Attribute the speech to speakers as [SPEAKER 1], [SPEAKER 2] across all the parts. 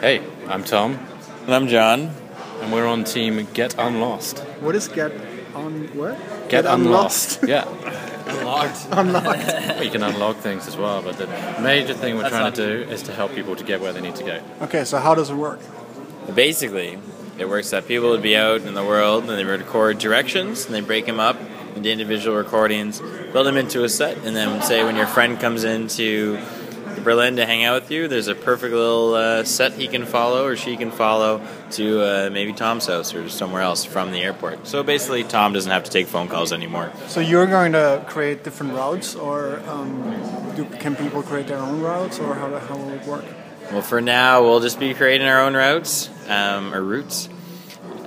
[SPEAKER 1] Hey, I'm Tom,
[SPEAKER 2] And I'm John.
[SPEAKER 1] and we're on team Get Unlost.
[SPEAKER 3] What is get on what?
[SPEAKER 1] Get,
[SPEAKER 3] unlost.
[SPEAKER 1] yeah,
[SPEAKER 2] Unlocked.
[SPEAKER 1] Well, you can unlock things as well, but the major thing we're trying to do is to help people to get where they need to go.
[SPEAKER 3] okay, so how does it work?
[SPEAKER 2] Basically, it works that people would be out in the world and they would record directions and they break them up into individual recordings, build them into a set, and then say when your friend comes into Berlin to hang out with you, there's a perfect little uh, set he can follow or she can follow to uh, maybe Tom's house or somewhere else from the airport. So basically, Tom doesn't have to take phone calls anymore.
[SPEAKER 3] So you're going to create different routes, or um, do, can people create their own routes, or how, how will it work?
[SPEAKER 2] Well, for now, we'll just be creating our own routes, um, or routes,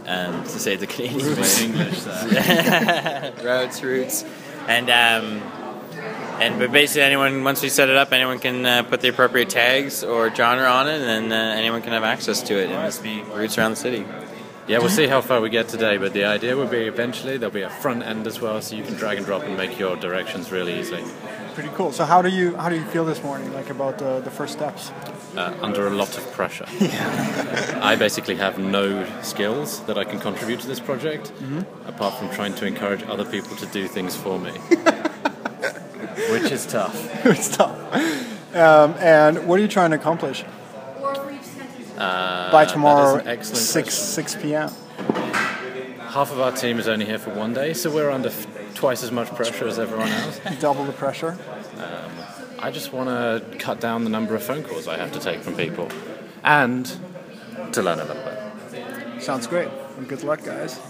[SPEAKER 2] um, to say the Canadian way.
[SPEAKER 1] English,
[SPEAKER 2] routes, routes, and um, and but basically, anyone once we set it up, anyone can uh, put the appropriate tags or genre on it, and then uh, anyone can have access to it and just be routes around the city.
[SPEAKER 1] Yeah, we'll see how far we get today, but the idea would be eventually there'll be a front end as well, so you can drag and drop and make your directions really easily.
[SPEAKER 3] Pretty cool. So how do you how do you feel this morning, like about the, the first steps?
[SPEAKER 1] uh, under a lot of pressure. I basically have no skills that I can contribute to this project, apart from trying to encourage other people to do things for me, which is tough.
[SPEAKER 3] it's tough. Um, and what are you trying to accomplish by
[SPEAKER 1] Uh, that is
[SPEAKER 3] tomorrow,
[SPEAKER 1] an excellent
[SPEAKER 3] six
[SPEAKER 1] question.
[SPEAKER 3] six p.m.
[SPEAKER 1] Half of our team is only here for one day, so we're under f- twice as much pressure as everyone else.
[SPEAKER 3] Double the pressure.
[SPEAKER 1] I just want to cut down the number of phone calls I have to take from people, and to learn a little bit.
[SPEAKER 3] Sounds great. Well, good luck, guys.